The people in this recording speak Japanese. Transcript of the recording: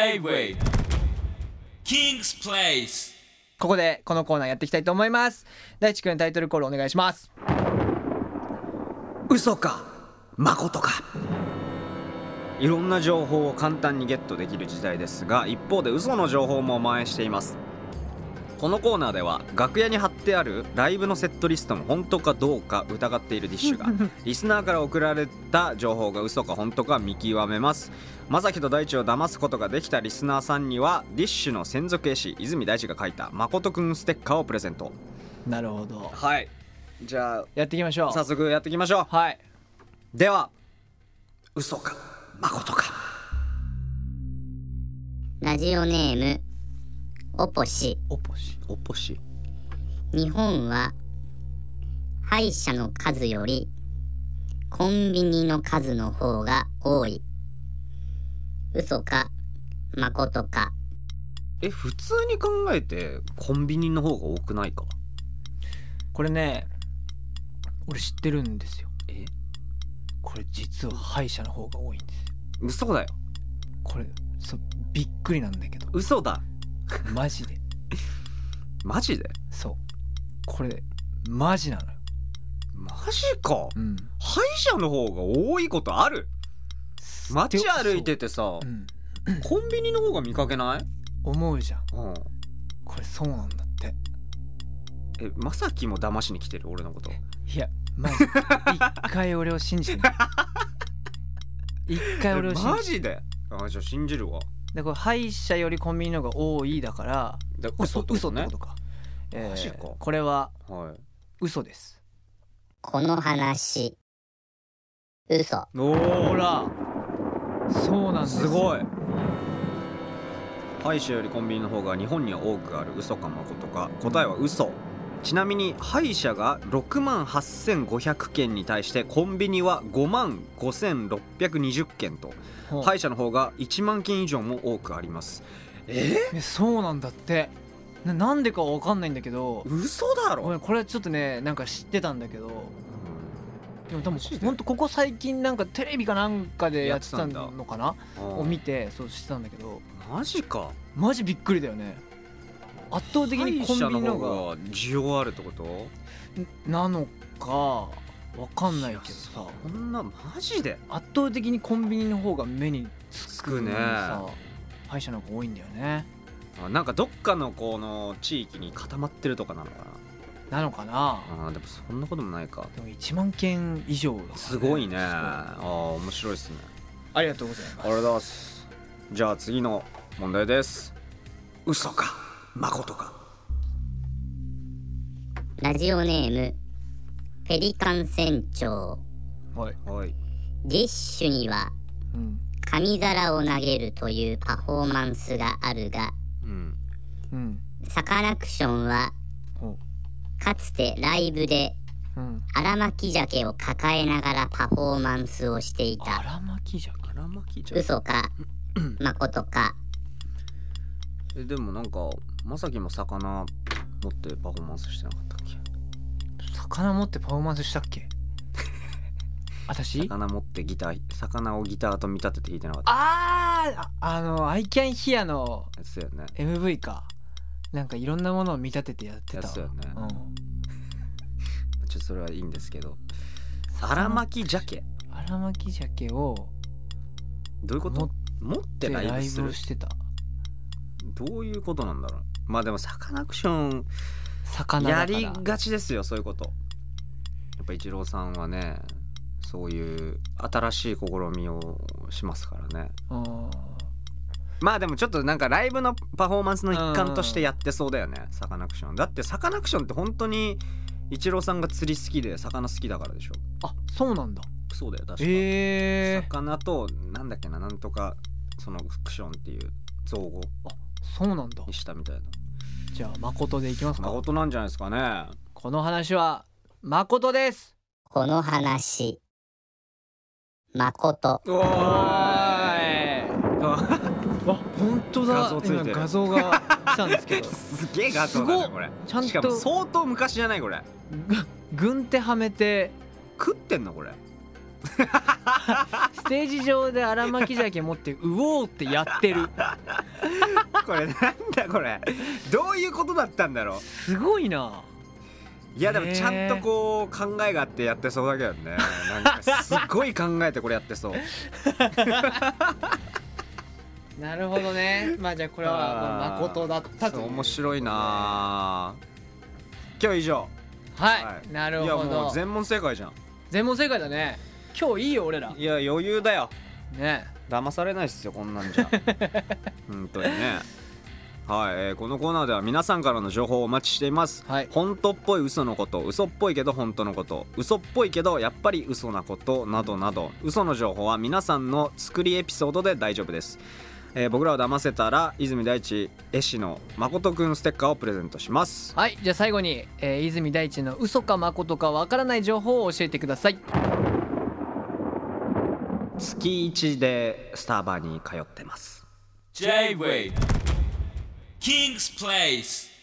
J-Way King's Place ここでこのコーナーやっていきたいと思います大地君タイトルコールお願いします嘘か誠かいろんな情報を簡単にゲットできる時代ですが一方で嘘の情報も蔓延していますこのコーナーでは楽屋に貼ってあるライブのセットリストの本当かどうか疑っているディッシュ がリスナーから送られた情報が嘘か本当か見極めますまさきと大地を騙すことができたリスナーさんにはディッシュの専属絵師泉大地が書いた誠くんステッカーをプレゼントなるほどはいじゃやっていきましょあう早速やっていきましょうはいでは嘘か誠かラジオネームおぽしおぽしおぽし日本は歯医者の数よりコンビニの数の方が多い嘘か誠かえ普通に考えてコンビニの方が多くないかこれね俺知ってるんですよえこれ実は歯医者の方が多いんですよ嘘だよこれそうびっくりなんだけ ど嘘だマジでマジでそうこれマジなのよマジかうん歯医者の方が多いことある街歩いててさそう、うん、コンビニの方が見かけない思うじゃんうんこれそうなんだってえまさきも騙しに来てる俺のこといやマジ一回俺を信じ てみて一回俺を信マじてジであじゃあ信じるわだから歯医者よりコンビニの方が多いだからで嘘嘘ってってこことと,、ねか、えーマジかこれははい嘘ですこの話嘘おーほらそうなんですすごい歯医者よりコンビニの方が日本には多くある嘘か誠か答えは嘘ちなみに歯医者が6万8500件に対してコンビニは5万5620件とほう歯医者の方が1万件以上も多くありますえそうなんだってななんでかわかんないんだけど嘘だごろめんこれちょっとねなんか知ってたんだけどでも多分マジでほんとここ最近なんかテレビかなんかでやってたやってたんのかなうんを見てそうしてたんだけどマジかマジびっくりだよね圧倒的歯に医コンビ者ニのの方方がが需要あるってことなのかわかんないけどさこんなマジで圧倒的にコンビニの方が目につつくくねさ歯医者の方が多いんだよねあなんかどっかのこの地域に固まってるとかなのかななのかなあーでもそんなこともないかでも1万件以上だからねすごいねすああ面白いですねごいありがとうございあますりがとうございますじゃあ次の問題です嘘か誠かラジオネームペリカン船長はい、はいディッシュにはうん紙皿を投げるというパフォーマンスがあるがうんうんサカナクションはほかつてライブでううん荒巻鮭を抱えながらパフォーマンスをしていた荒巻じゃん荒巻じゃん嘘か誠かえでもなんかまさきも魚持ってパフォーマンスしてなかったっけ魚持ってパフォーマンスしたっ け私魚持ってギター魚をギターと見立てて弾いてなかったあーああの「I can hear」のやつだよね MV かなんかいろんなものを見立ててやってやたつだわよねうんちょっとそれはいいんですけど荒巻鮭荒巻鮭をどういうこ持っと持っててラライイブすブをるしてたどういうことなんだろうまあでもサカナクション魚だやからりがちですよそういうことやっぱイチローさんはねそういう新しい試みをしますからねうんまあでもちょっとなんかライブのパフォーマンスの一環としてやってそうだよねサカナクションだってサカナクションって本当にイチローさんが釣り好きで魚好きだからでしょあそうなんだそうだよ確か、ええ魚となんだっけななんとかそのクションっていう造語そうなんだにしたみたいなじゃあ誠でいきますか誠なんじゃないですかねこの話は誠ですこの話誠おお ーいーわ本当だ画像ついてる今画像が来たんですけ どすげえ画像だすねごっこれちゃんしかもと相当昔じゃないこれぐ軍手はめて食ってんのこれステージ上で荒巻き鮭持って「うおー」ってやってるこれなんだこれどういうことだったんだろすごいなういやでもちゃんとこう考えがあってやってそうだけどねなんかすごい考えてこれやってそうなるほどねまあじゃあこれはあー誠だったとそう面白いな今日以上はい、はいないるやほもどう全問正解じゃん全問正解だね今日いいよ俺らいや余裕だよね騙されないっすよこんな んじゃ本当にねはい、えーこのコーナーでは皆さんからの情報をお待ちしています、はい本当っぽい嘘のこと嘘っぽいけど本当のこと嘘っぽいけどやっぱり嘘なことなどなど嘘の情報は皆さんの作りエピソードで大丈夫です、えー僕らを騙せたら泉大地絵師の誠くんステッカーをプレゼントしますはいじゃあ最後に、えー泉大地の嘘か誠かわからない情報を教えてください月1でスタバに通ってます J-Way King's Place